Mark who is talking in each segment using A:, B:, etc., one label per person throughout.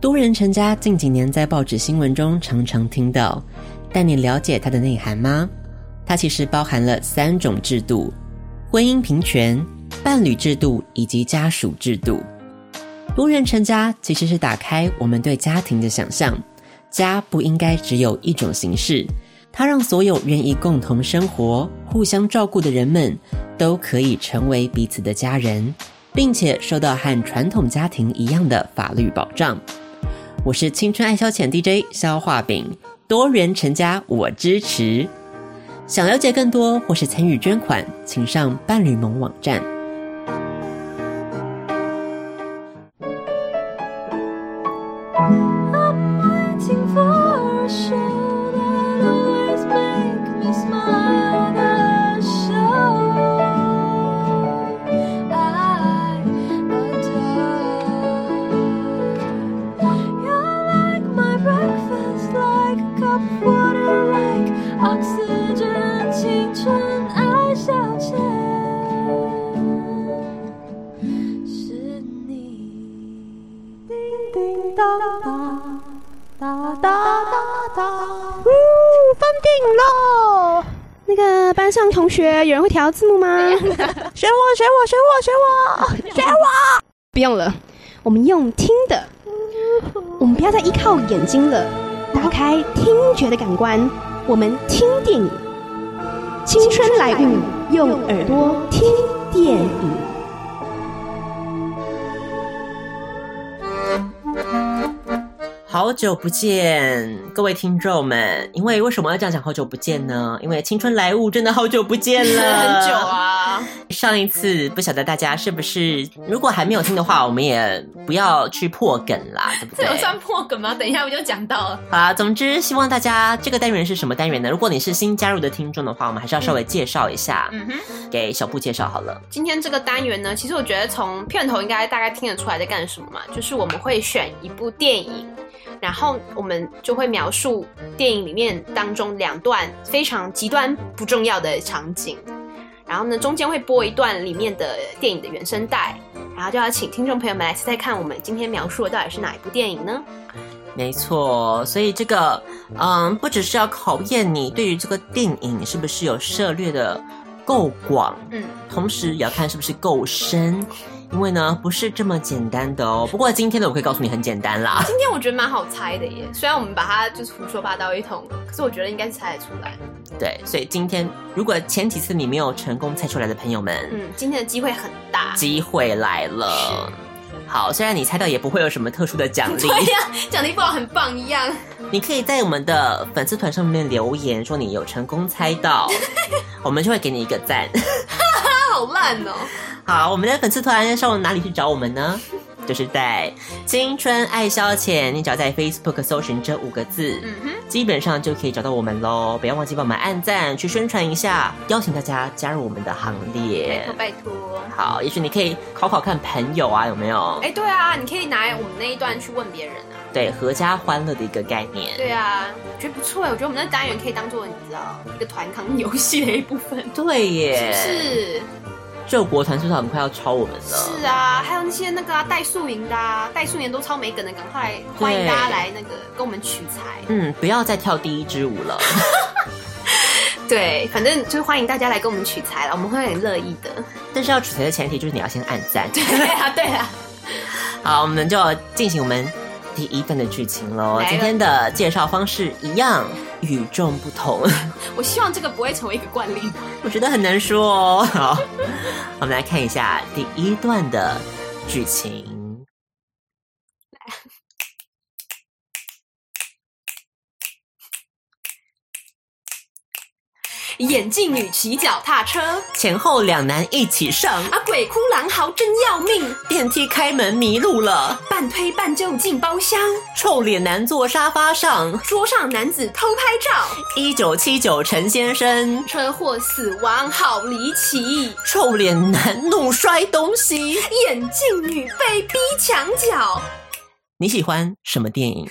A: 多人成家近几年在报纸新闻中常常听到，但你了解它的内涵吗？它其实包含了三种制度：婚姻平权、伴侣制度以及家属制度。多人成家其实是打开我们对家庭的想象，家不应该只有一种形式，它让所有愿意共同生活、互相照顾的人们都可以成为彼此的家人，并且受到和传统家庭一样的法律保障。我是青春爱消遣 DJ 肖画饼，多元成家我支持。想了解更多或是参与捐款，请上伴侣盟网站。
B: waiting for a show that always make me smile. The show I adore. You're like my breakfast, like a cup of water, like oxygen. 青春爱消遣，是你。叮叮当当。哒哒哒哒。
C: 呜，封顶喽！那个班上同学有人会调字 幕吗？选我，选我，选我，选我，选我！ 不用了，我们用听的，我们不要再依靠眼睛了，打开听觉的感官，我们听电影。青春来运，用耳朵听电影。
A: 好久不见，各位听众们！因为为什么要这样讲好久不见呢？因为青春来物真的好久不见了，
D: 很久。啊，
A: 上一次不晓得大家是不是，如果还没有听的话，我们也不要去破梗 啦，对不
D: 这
A: 对？
D: 有算破梗吗？等一下我就讲到了。
A: 好啦，总之希望大家这个单元是什么单元呢？如果你是新加入的听众的话，我们还是要稍微介绍一下，
D: 嗯哼，
A: 给小布介绍好了。
D: 今天这个单元呢，其实我觉得从片头应该大概听得出来在干什么嘛，就是我们会选一部电影，然后我们就会描述电影里面当中两段非常极端不重要的场景，然后呢中间会播一段里面的电影的原声带，然后就要请听众朋友们来猜猜看，我们今天描述的到底是哪一部电影呢？
A: 没错，所以这个，嗯，不只是要考验你对于这个电影是不是有涉猎的够广，
D: 嗯，
A: 同时也要看是不是够深，因为呢不是这么简单的哦。不过今天的我可以告诉你很简单啦，
D: 今天我觉得蛮好猜的耶，虽然我们把它就是胡说八道一通，可是我觉得应该是猜得出来。
A: 对，所以今天如果前几次你没有成功猜出来的朋友们，
D: 嗯，今天的机会很大。
A: 机会来了。好，虽然你猜到也不会有什么特殊的奖励，
D: 对呀、讲的一副很棒一样。
A: 你可以在我们的粉丝团上面留言说你有成功猜 到，我们就会给你一个赞。
D: 他好烂哦！
A: 好，我们的粉丝团上哪里去找我们呢？就是在青春爱消遣，你只要在 Facebook 搜寻这五个字，
D: 嗯哼，
A: 基本上就可以找到我们喽。不要忘记帮我们按赞，去宣传一下，邀请大家加入我们的行列。
D: 拜托。
A: 好，也许你可以考考看朋友啊，有没有？
D: 哎，对啊，你可以拿我们那一段去问别人啊。
A: 对，合家欢乐的一个概念。
D: 对啊，我觉得不错哎，我觉得我们那单元可以当做你知道一个团康游戏的一部分。
A: 对耶，
D: 是
A: 救国团是不是很快要超我们了？
D: 是啊，还有那些那个啊带素营的啊，带素营都超没梗的，赶快欢迎大家来那个跟我们取材。
A: 嗯，不要再跳第一支 舞了。
D: 对，反正就是欢迎大家来跟我们取材了，我们会很乐意的。
A: 但是要取材的前提就是你要先按赞。
D: 对啊，对啊，
A: 好，我们就进行我们第一段的剧情喽
D: 来。吧
A: 今天的介绍方式一样与众不同，
D: 我希望这个不会成为一个惯例。
A: 我觉得很难说哦。好，我们来看一下第一段的剧情。
D: 眼镜女骑脚踏车，啊，
A: 前后两男一起上
D: 鬼哭狼嚎真要命，
A: 电梯，开门迷路了，
D: 半推半就进包厢，
A: 臭脸男坐沙发上。
D: 桌上男子偷拍照，
A: 一九七九陈先生，
D: 车祸死亡好离奇，
A: 臭脸男怒摔东西。
D: 眼镜女被逼墙角，
A: 你喜欢什么电影？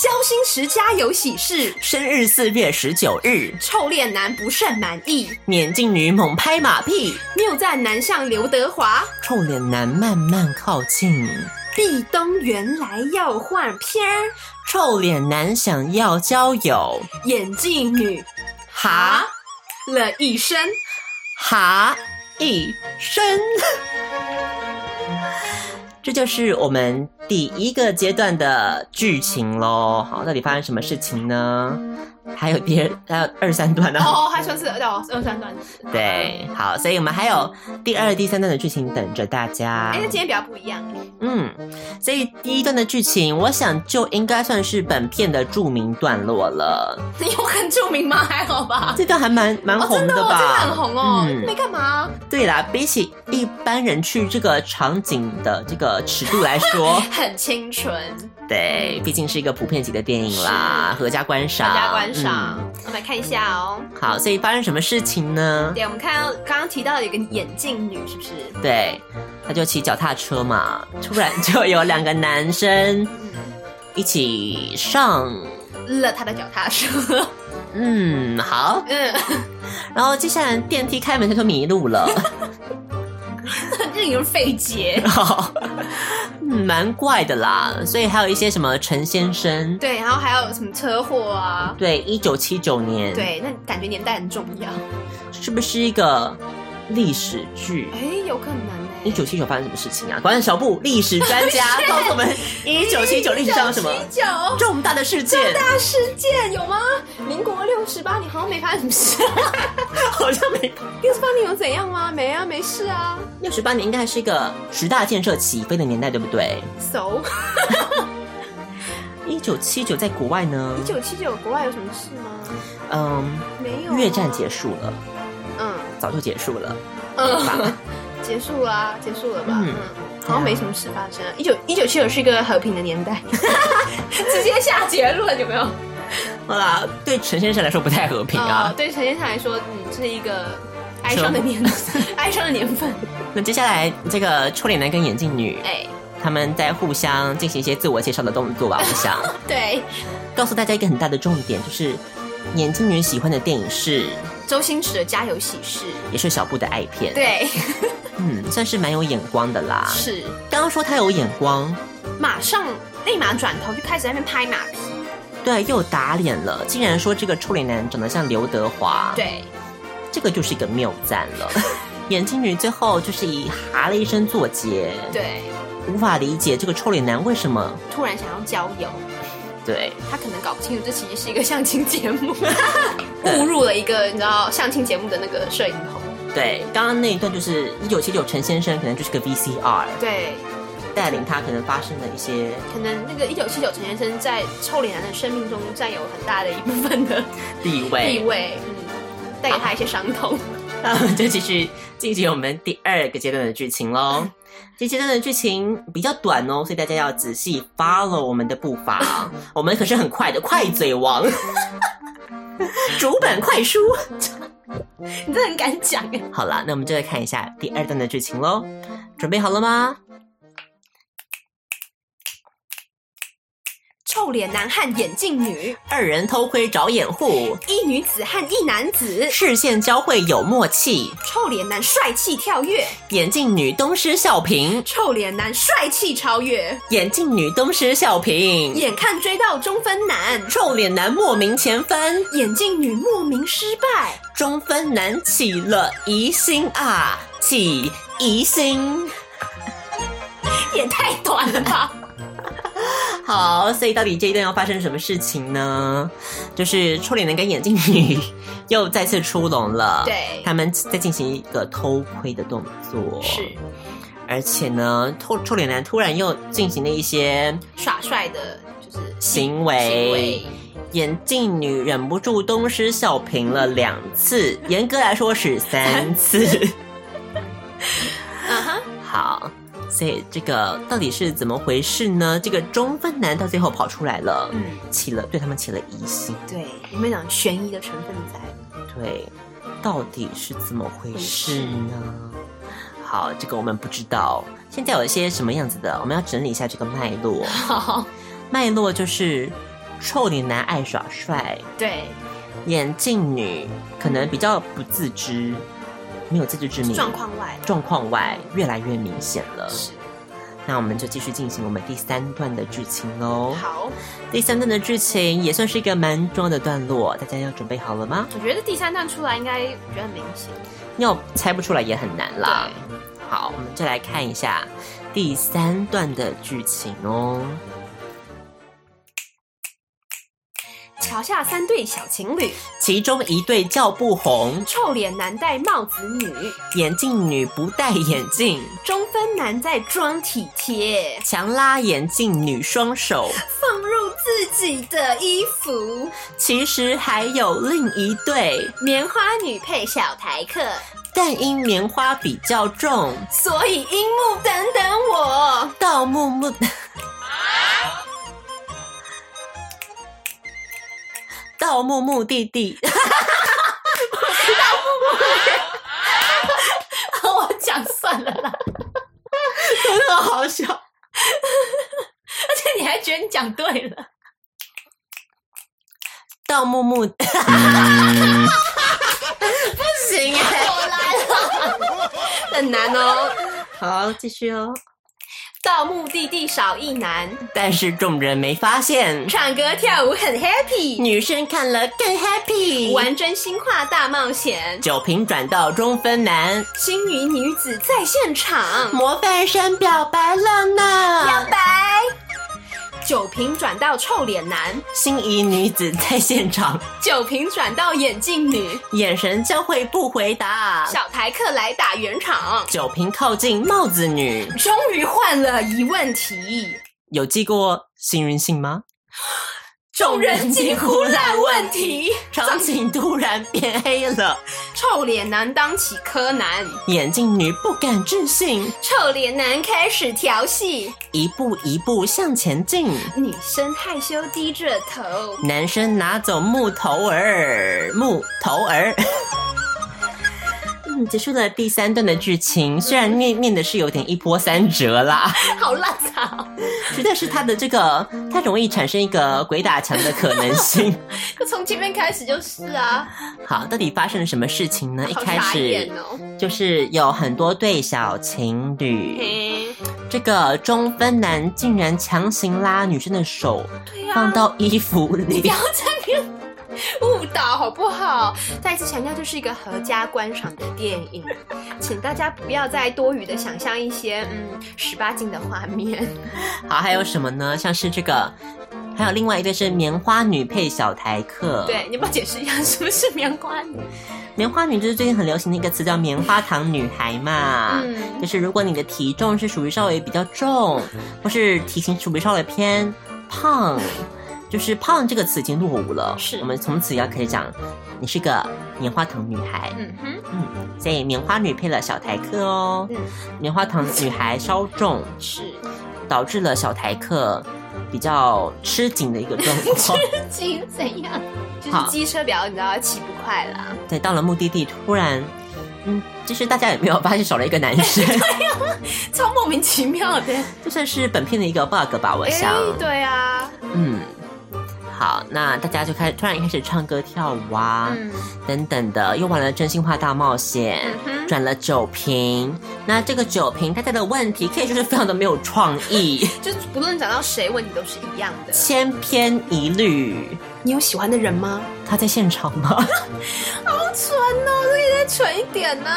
D: 交心时家有喜事，
A: 生日四月十九日，
D: 臭脸男不甚满意，
A: 年近女猛拍马屁，
D: 谬赞男像刘德华，
A: 臭脸男慢慢靠近，
D: 壁咚原来要换片儿，
A: 臭脸男想要交友，
D: 眼镜女啊
A: 哈
D: 了一身，
A: 哈一声。 这就是我们第一个阶段的剧情喽。好，到底发生什么事情呢？还有别还有二三段 呢、
D: 哦，还算是哦二三
A: 嗯
D: 段。
A: 对，好，所以我们还有第二、第三段的剧情等着大家
D: 哎，。那今天比较不一样。
A: 嗯，所以第一段的剧情，我想就应该算是本片的著名段落了。
D: 有很著名吗？还好吧。
A: 这段还蛮 蛮
D: 啊哦，
A: 红
D: 真的、哦，真的
A: 吧？
D: 很红哦。
A: 嗯
D: 没干嘛、，
A: 对啦，比起一般人去这个场景的这个尺度来说
D: 很清纯，
A: 对，毕竟是一个普遍级的电影啦，合家观赏，
D: 大家观赏。
A: 啊嗯
D: 我们来看一下哦。
A: 好，所以发生什么事情呢？
D: 对，我们看到刚刚提到的有个眼镜女，是不是？
A: 对，他就骑脚踏车嘛，突然就有两个男生一起上，
D: 了她的脚踏车。
A: 嗯，好，
D: 嗯，
A: 然后接下来电梯开门他就迷路 了，
D: 令人费解。
A: 好，嗯蛮怪的啦。所以还有一些什么陈先生，
D: 对，然后还有什么车祸啊？
A: 对，一九七九年，，
D: 对，那感觉年代很重要。
A: 是不是一个历史剧？
D: 哎，有可能哎。
A: 一九七九发生什么事情啊？果然小布历史专家告诉我 们，一九七九历史上有什么
D: 1979
A: 重大的事件？
D: 大事件有吗？民国六十八年好像没发生什么事。
A: 好像没
D: 六十八年有怎样吗？没啊，没事啊。
A: 六十八年应该是一个十大建设起飞的年代，对不对？
D: So，
A: 一九七九在国外呢
D: 一，九七九国外有什么事吗？
A: 嗯，
D: 没有、
A: 越战结束
D: 束。
A: 了，
D: 嗯
A: 早就结束了，
D: 嗯，结束啦，结束了吧？
A: 嗯啊
D: 嗯，好像没什么事发生。啊一九一九七九是一个和平的年 代，直接下结论有没有？
A: 好啦，对陈先生来说不太和平啊
D: 呃。对陈先生来说，嗯，是一个哀伤的 年，哀伤的年份。
A: 那接下来这个臭脸男跟眼镜女，
D: 哎，
A: 他们在互相进行一些自我介绍的动作吧，我 想
D: 对，
A: 告诉大家一个很大的重点，就是眼镜女喜欢的电影是，
D: 周星驰的《家有喜事》，
A: 也是小布的爱片，，
D: 对，
A: 嗯，算是蛮有眼光的啦。
D: 是
A: 刚刚说他有眼光，
D: 马上立马转头就开始在那边拍马屁，
A: 对，又打脸了，竟然说这个臭脸男长得像刘德华，，
D: 对，
A: 这个就是一个谬赞 了。眼镜女最后就是以哈了一声作结，，
D: 对，
A: 无法理解这个臭脸男为什么
D: 突然想要交友。
A: 对
D: 他可能搞不清楚这其实是一个相亲节 目，误入了一个你知道相亲节目的那个摄影棚。
A: 对，刚刚那一段就是一九七九陈先生可能就是个 VCR，
D: 对，
A: 带领他可能发生了一些
D: 可能那个一九七九陈先生在臭脸男的生命中占有很大的一部分的
A: 地
D: 地
A: 位。
D: 位，嗯，带给他一些伤痛。
A: 那我们就继续进行我们第二个阶段的剧情喽。这阶段的剧情比较短哦，所以大家要仔细 follow 我们的步伐。我们可是很快的，快嘴王， 主板快书。
D: 你真的很敢讲哎！
A: 好了，那我们就来看一下第二段的剧情喽。准备好了吗？
D: 臭脸男和眼镜女，
A: 二人偷窥找掩护，
D: 一女子和一男子，
A: 视线交汇有默契。
D: 臭脸男帅气跳跃，
A: 眼镜女东施效颦，
D: 臭脸男帅气超越，
A: 眼镜女东施效颦，
D: 眼看追到中分男，
A: 臭脸男莫名前翻，
D: 眼镜女莫名失败。
A: 中分男起了疑心啊，起疑心。
D: 也太短了吧！
A: 好，所以到底这一段要发生什么事情呢？就是臭脸男跟眼镜女又再次出笼了，
D: 对
A: 他们在进行一个偷窥的动作，
D: 是，
A: 而且呢，臭臭脸男突然又进行了一些
D: 耍帅的，就是
A: 行为，
D: 行为
A: 眼镜女忍不住东施效颦了两次，严格来说是三次。 啊
D: 嗯哼，
A: 好，所以这个到底是怎么回事呢？这个中分男到最后跑出来了，
D: 嗯
A: 起了对他们起了疑心，
D: 对，有没有讲悬疑的成分在？
A: 对，到底是怎么回事呢？好，这个我们不知道。现 在有一些什么样子的，我们要整理一下这个脉络。
D: 好，
A: 脉络就是臭脸男爱耍帅，
D: 对，
A: 眼镜女可能比较不自知，没有自知之明，
D: 状况外
A: 状况外越来越明显了。
D: 是
A: 那我们就继续进行我们第三段的剧情喽。
D: 好。
A: 第三段的剧情也算是一个蛮重要的段落，大家要准备好了吗？
D: 我觉得第三段出来应该比较明显。
A: 要猜不出来也很难啦。好，我们就来看一下第三段的剧情哦。
D: 桥下三对小情侣，
A: 其中一对叫不红，
D: 臭脸男戴帽子女，
A: 眼镜女不戴眼镜，
D: 中分男在装体贴，
A: 强拉眼镜女双手。
D: 放入自己的衣服。
A: 其实还有另一对，
D: 棉花女配小台客，
A: 但因棉花比较重，
D: 所以樱木等等我。
A: 盗木木盗木木弟弟，
D: 我讲算了啦，
A: 真的好笑。
D: 而且你还觉得你讲对了。
A: 盗木木，不嗯行哎、
D: 很难哦，
A: 好，继续哦。
D: 盗墓地地少一男，
A: 但是众人没发现，
D: 唱歌跳舞很 happy，
A: 女生看了更 happy。
D: 玩真心话大冒险，
A: 酒瓶转到中分男，
D: 星云女子在现场，
A: 模范生表白了
D: 表
A: 呢。
D: 白。酒瓶转到臭脸男，
A: 心仪女子在现场，
D: 酒瓶转到眼镜女，
A: 眼神交汇不回答。
D: 小台客来打圆场，
A: 酒瓶靠近帽子女，
D: 终于换了疑问题，
A: 有寄过幸运信吗？
D: 众人惊呼烂问题，
A: 场景突然变黑了，
D: 臭脸男当起柯南，
A: 眼镜女不敢置信，
D: 臭脸男开始调戏，
A: 一步一步向前进。
D: 女生害羞低着头，
A: 男生拿走木头儿，木头儿。 嗯，结束了第三段的剧情，虽然念念的是有点一波三折 啦，
D: 好烂啊草，
A: 实在是它的这个，它容易产生一个鬼打墙的可能性。
D: 就从前面开始就是啊，
A: 好，到底发生了什么事情呢？一
D: 好
A: 开
D: 傻眼
A: 始
D: 哦。
A: 就是有很多对小情侣，
D: 嘿
A: 这个中分男竟然强行拉女生的手
D: 对呀、
A: 放到衣服里
D: 不， 要在那边误导好不好？再次强调，这是一个合家观赏的电影，请大家不要再多余的想象一些嗯十八禁的画面。
A: 好，还有什么呢？像是这个，还有另外一对是棉花女配小台客。，
D: 对，你要不要解释一下什么是棉花女？
A: 棉花女就是最近很流行的一个词叫棉花糖女孩嘛。
D: 嗯
A: 就是如果你的体重是属于稍微比较重，或是体型属于稍微偏胖，就是胖这个词已经落伍了。
D: 是
A: 我们从此要可以讲，你是个棉花糖女孩。
D: 嗯哼，
A: 嗯，所以棉花女配了小台客哦。
D: 嗯
A: 棉花糖女孩稍重，
D: 是
A: 导致了小台客比较吃紧的一个状况。
D: 鸡怎样？就
A: 好
D: 是机车表，你知道骑不快啦。
A: 对，到了目的地，突然，嗯，就是大家有没有发现少了一个男生？
D: 超莫名其妙的。
A: 这算是本片的一个 bug 吧，我想。
D: 对啊，
A: 嗯，好，那大家就开突然开始唱歌跳舞啊，
D: 嗯
A: 等等的，又玩了真心话大冒险，
D: 嗯哼，
A: 转了酒瓶。那这个酒瓶大家的问题，可以说是非常的没有创 意，
D: 就是不论讲到谁，问题都是一样的。
A: 千篇一律。
D: 你有喜欢的人吗？
A: 他在现场 吗？
D: 好蠢哦，这个再蠢一点呢、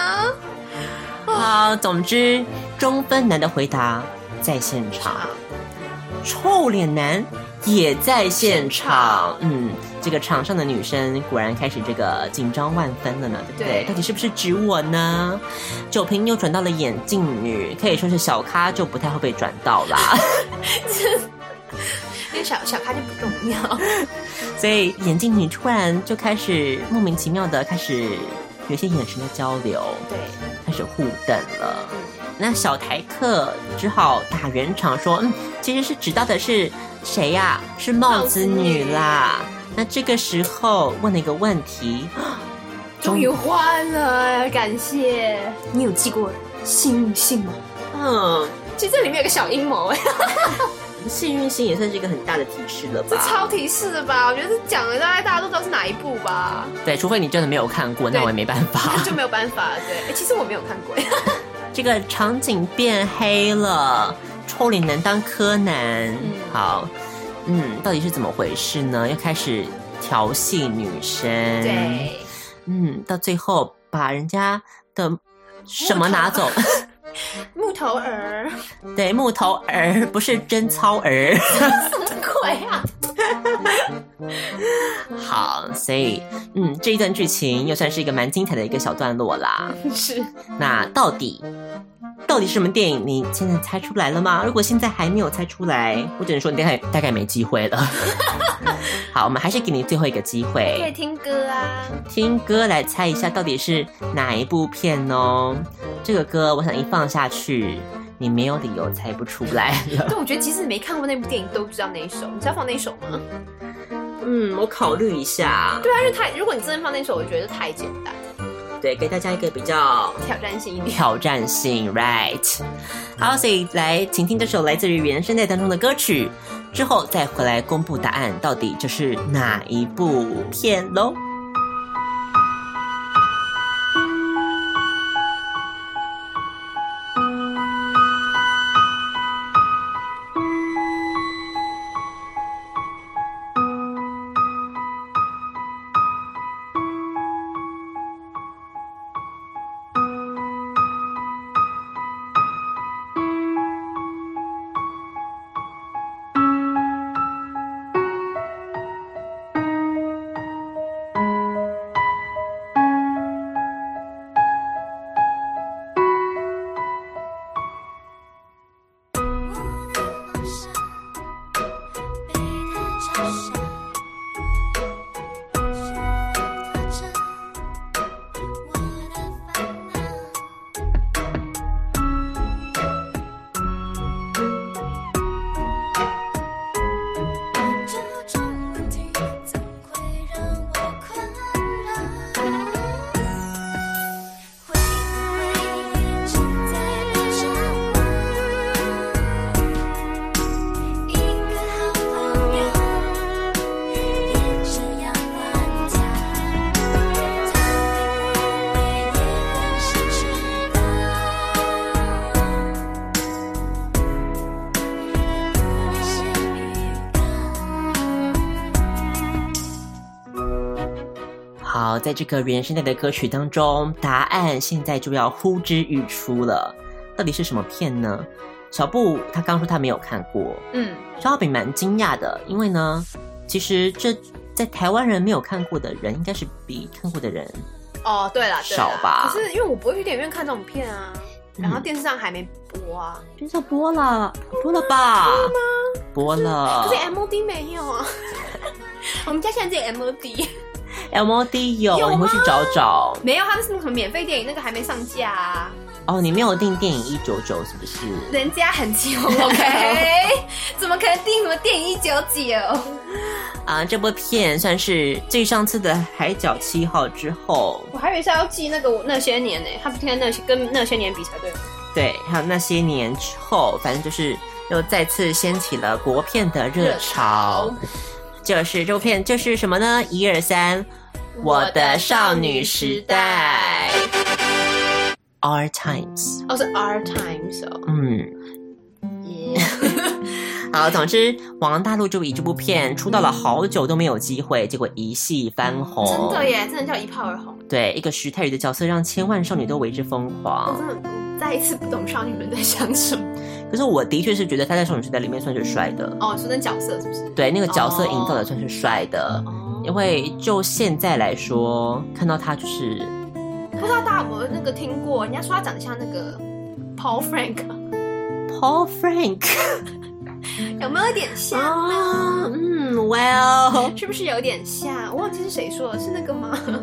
A: 啊，总之，中分男的回答在现场。
D: 啊。
A: 臭脸男也在现场。嗯，这个场上的女生果然开始这个紧张万分了呢，对不对？
D: 对
A: 到底是不是指我呢？酒瓶又转到了眼镜女，可以说是小咖就不太会被转到啦。
D: 因为小小咖就不重要。
A: 所以眼镜女突然就开始莫名其妙的开始有一些眼神的交流，
D: 对，
A: 开始互瞪了。
E: 嗯
A: 那小台客只好打圆场说：“嗯，其实是指到的是谁呀、是帽子女啦。”那这个时候问了一个 问题，
D: 终于换了，感谢。你有寄过幸运信吗？
A: 嗯，
D: 其实这里面有个小阴谋哎，
E: 幸运星也算是一个很大的提示了
D: 这
E: 吧？
D: 超提示的吧？我觉得这讲了，大概大家都知道是哪一部 吧，
A: 对，除非你真的没有看过，那我也没办法。
D: 就没有办法。对，诶其实我没有看过，
A: 这个场景变黑了，臭脸男当柯南。好，嗯，到底是怎么回事呢？又开始调戏女生。，
D: 对，
A: 嗯，到最后把人家的什么拿走？
D: 木头儿，
A: 对，木头儿不是贞操儿。
D: 鬼啊！
A: 好，所以嗯，这一段剧情又算是一个蛮精彩的一个小段落啦。
D: 是
A: 那到底到底是什么电影？你现在猜出来了吗？如果现在还没有猜出来，我只能说你大概大概没机会了。 好，我们还是给你最后一个机
D: 可以
A: 会，
D: 听歌 啊，
A: 听歌来猜一下到底是哪一部片哦。这个歌我想一放下去，你没有理由猜不出来了。
D: 对，我觉得即使没看过那部电影，都知道那一首。你知道放那一首吗？
A: 嗯，我考虑一下，
D: 对啊，因为太，如果你真的放那首，我觉得太简单，
A: 对，给大家一个比较
D: 挑战性一 点。
A: 挑战性，right？好，所以来，请听这首来自于原声带当中的歌曲，之后再回来公布答案，到底这是哪一部片喽？
B: 我的梦想被他敲响，身份特征，我的烦恼。这种问题总会让我困扰，会不会一直在燃烧我？一个好朋友也这样乱跳，他会不会也很想知道？那些预告。
A: 好，在这个原声带的歌曲当中，答案现在就要呼之欲出了，到底是什么片呢？小布他刚说他没有看过，
D: 嗯，
A: 小饼蛮惊讶的，因为呢，其实这在台湾人没有看过的人，应该是比看过的人
D: 哦，对了，对啦
A: 少吧嗯
D: 可是因为我不会去电影院看这种片啊，然后电视上还没播啊，
A: 真的播了，播了吧？播了
D: 可是 MOD 没有啊。 我们家现在只有 MOD，
A: ，MOD 有，
D: 有吗
A: 你回去找找。
D: 没有，他们是那个什么免费电影，那个还没上架啊，
A: 哦，你没有订电影一九九是不是？
D: 人家很穷，OK？怎么可能订什么电影一九九？
A: 啊，这部片算是继上次的《海角七号》之后，
D: 我还以为是要记那个那些年呢、他不跟那些跟那些年比才对。
A: 对，还有那些年之后，反正就是又再次掀起了国片的热潮。就是这部片，就是什么呢？一二三，我的少女时代，Our Times。
D: 哦，是 Our Times 哦。
A: 嗯，好，总之，王大陆就以这部片出道了好久都没有机会，结果一戏翻红。
D: 真的！耶，真的叫一炮而红。
A: 对，一个徐太宇的角色让千万少女都为之疯
D: 我
A: 狂。
D: 哦真的再一次不懂少女们在想什 么。
A: 可是我的确是觉得他在少女时代里面算是帅的，
D: 哦，说那角色是不是？
A: 对那个角色营造的算是帅的。
D: 哦，
A: 因为就现在来说，看到他就是
D: 不知道大家有没有那个听过，人家说他长得像那个 Paul Frank，
A: Paul Frank
D: 有没有一点像？
A: 啊，嗯，Well，
D: 是不是有点像？我忘记是谁说的，是那个吗？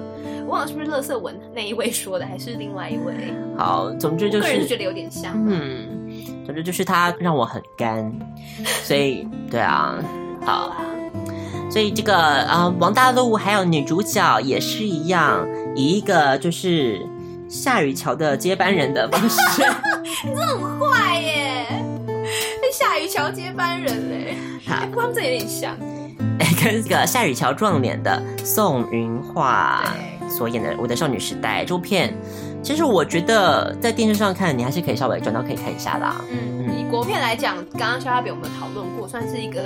D: 我忘了是不是乐色文那一位说的，还是另外一位？
A: 好，总之就
D: 我个人觉
A: 是，
D: 得有点像。
A: 嗯，总之就是他让我很干，所以对啊，好，所以这个啊、呃王大陆还有女主角也是一样，以一个就是夏雨乔的接班人的方式。
D: 很坏耶！夏雨乔接班人嘞、
A: 好
D: 哎，不过他们这有点像。
A: 跟这个夏雨乔撞脸的宋云画
D: 对
A: 所演的《我的少女时代》这部片，其实我觉得在电视上看，你还是可以稍微转到可以看一下啦。
D: 嗯，
A: 嗯
D: 以国片来讲，刚刚肖大北我们有讨论过，算是一个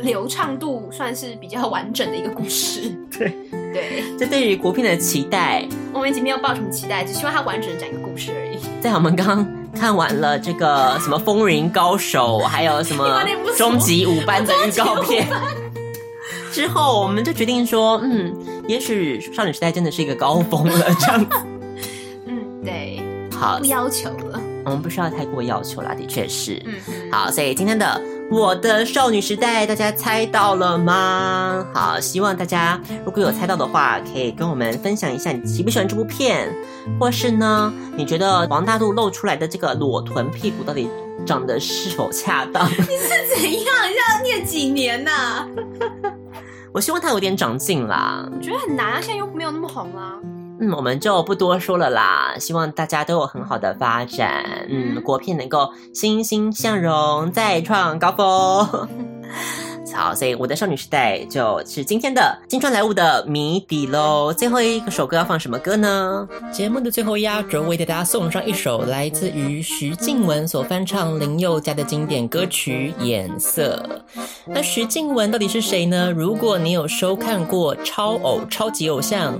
D: 流畅度算是比较完整的一个故事。
A: 对
D: 对，
A: 这对于国片的期待，
D: 我们已经没有抱什么期待，只希望它完整的讲一个故事而已。
A: 在我们刚看完了这个什么《风云高手》，还有什
D: 你
A: 么
D: 完全不
A: 《
D: 熟
A: 终极五班》的预告片 之后，我们就决定说，嗯，也许少女时代真的是一个高峰了，这 样子。
D: 嗯，对，
A: 好
D: 不，要求了。
A: 我们不需要太过要求啦，的确是。
D: 嗯，
A: 好，所以今天的我的少女时代，大家猜到了吗？好，希望大家如果有猜到的话，可以跟我们分享一下你喜不喜欢这部片，或是呢，你觉得王大陆露出来的这个裸臀屁股到底长得是否恰当？
D: 是怎样？要念几年呐、
A: 我希望它有点长进啦。
D: 我觉得很难啊，现在又没有那么红啊啦、
A: 嗯，我们就不多说了啦。希望大家都有很好的发展，嗯，国片能够欣欣向荣，再创高峰。 好，所以我的少女时代就是今天的金川莱坞的谜底喽。最后一首歌要放什么歌呢？节目的最后压轴为大家送上一首来自于徐静雯所翻唱林宥嘉的经典歌曲《眼色》。那徐静雯到底是谁呢？如果你有收看过《超偶》《超级偶像》，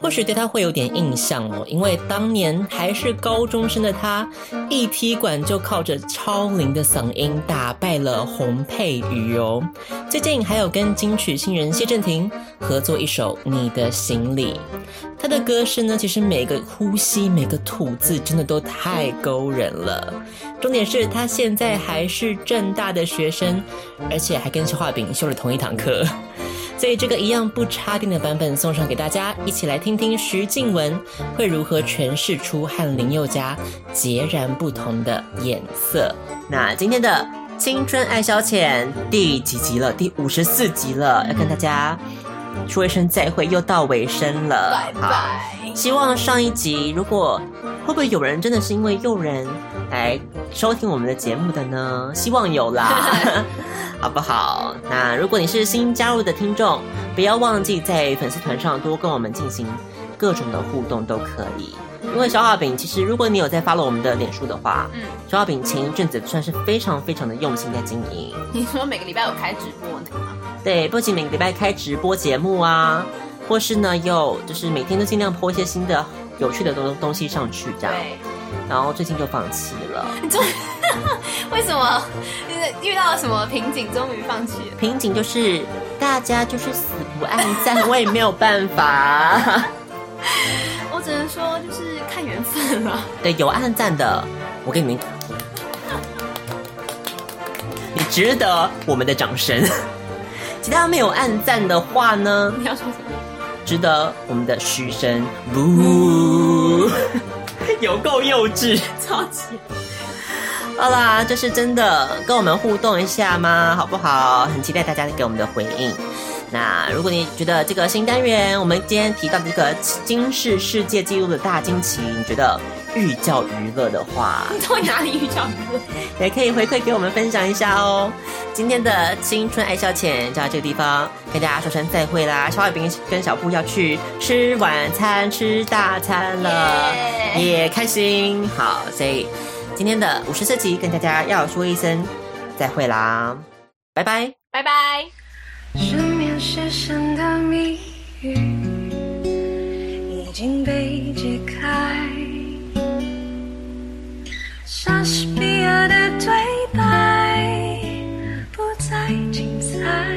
A: 或许对她会有点印象哦，因为当年还是高中生的她，一踢馆就靠着超龄的嗓音打败了洪佩瑜哦。最近还有跟金曲新人谢震廷合作一首《你的行李》。他的歌声呢，其实每个呼吸、每个吐字，真的都太勾人了。重点是他现在还是正大的学生，而且还跟肖化饼修了同一堂课。 所以这个一样不插电的版本送上给大家，一起来听听徐静雯会如何诠释出和林宥嘉截然不同的眼色。那今天的《青春爱消遣》第几集了？第五十四集了，要跟大家说一声再会，又到尾声了，
D: 拜
A: 好
D: 拜。
A: 希望上一集，如果会不会有人真的是因为诱人来收听我们的节目的呢？希望有啦，好不好？那如果你是新加入的听众，不要忘记在粉丝团上多跟我们进行各种的互动都可以。因为小画饼，其实如果你有在 follow 我们的脸书的话，
D: 嗯，
A: 小画饼前一阵子算是非常非常的用心在经营。
D: 你说每个礼拜有开直播那个吗？
A: 对，不仅每个礼拜开直播节目啊，或是呢有就是每天都尽量播一些新的有趣的东东西上去这样。
D: 对，
A: 然后最近就放弃了，
D: 你终于 为什么就是遇到了什么瓶颈，终于放弃了？
A: 瓶颈就是大家就是死不按赞，我也没有办法。
D: 我只能说就是看缘分了。
A: 对，有按赞的，我给你们，你值得我们的掌声。 其他没有按赞的话呢，
D: 你要说什么？
A: 值得我们的嘘声。不， 有够幼稚。
D: 超级
A: 好啦，这是真的，跟我们互动一下嘛，好不好？很期待大家给我们的回应。那如果你觉得这个新单元，我们今天提到的这个金氏世界纪录的大惊奇，你觉得寓教于乐的话，
D: 你到底哪里遇到你了？
A: 也可以回馈给我们分享一下哦。今天的青春爱消遣就到这个地方，跟大家说声再会啦！小海兵跟小布要去吃晚餐、吃大餐了，也开心。好，所以今天的五十四集跟大家要说一声再会啦，拜拜。
D: 拜拜。
B: 失眠时深的谜语已经被解开，莎士比亚的对白不再精彩，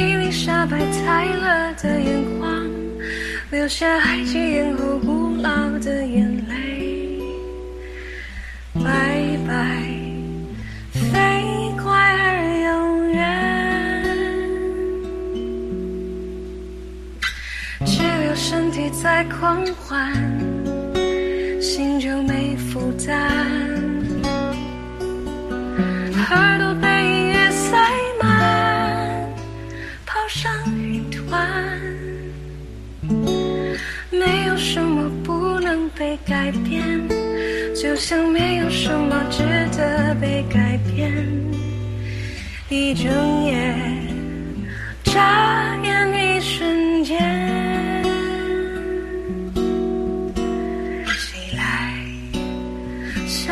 B: 伊丽莎白泰勒的眼眶流下埃及艳后古老的眼泪，拜拜。飞快而永远，只留身体在狂欢，心就没负担，耳朵被音乐塞满，跑上云端，没有什么不能被改变。就像没有什么值得被改变。一睁眼，眨眼一瞬间，谁来烧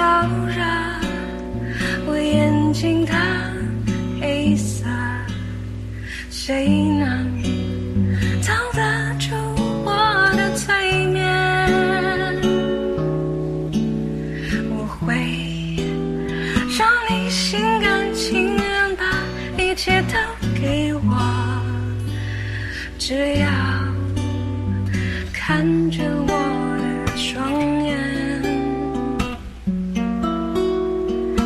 B: 热我眼睛的黑色？谁能挡得住我的催眠？我会让你心甘情愿把一切都给我，只要看着我的双眼。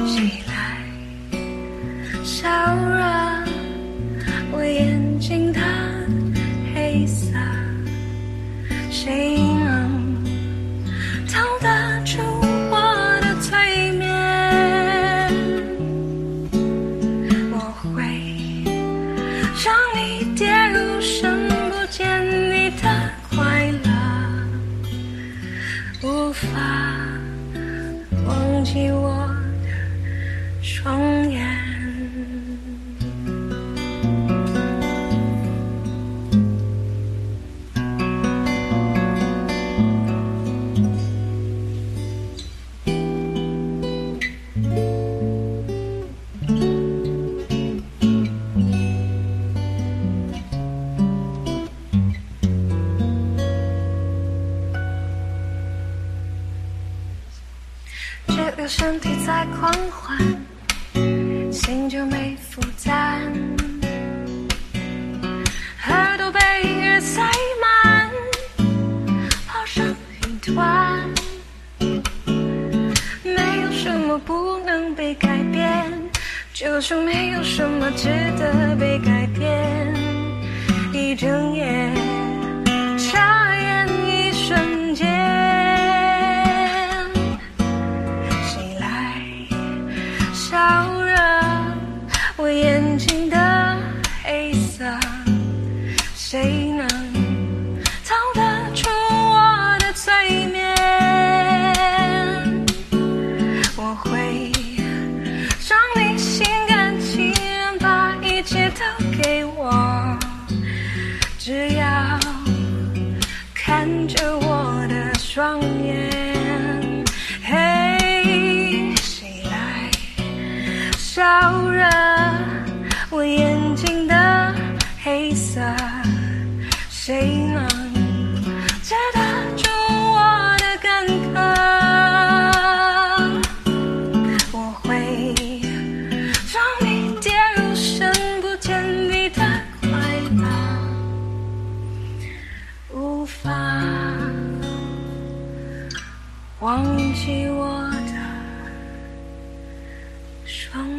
B: 谁来烧热我眼睛的黑色？谁能？逃得出我的催眠，我会让你跌入深不见底的快乐，无法忘记我的双眼。这个身体在狂欢，心就没负担。耳朵被音乐塞满，跑上云端。没有什么不能被改变，就是没有什么值得被改变。一睁眼，眨眼一瞬间。谁来烧热我眼睛的黑色？谁能逃得出我的催眠？我会让你心甘情愿把一切都给我，只要看着我的双眼。嘿，谁来烧热我眼睛的黑色？谁能遮得住我的干渴？我会让你跌入深不见底的快乐，无法。忘记我的双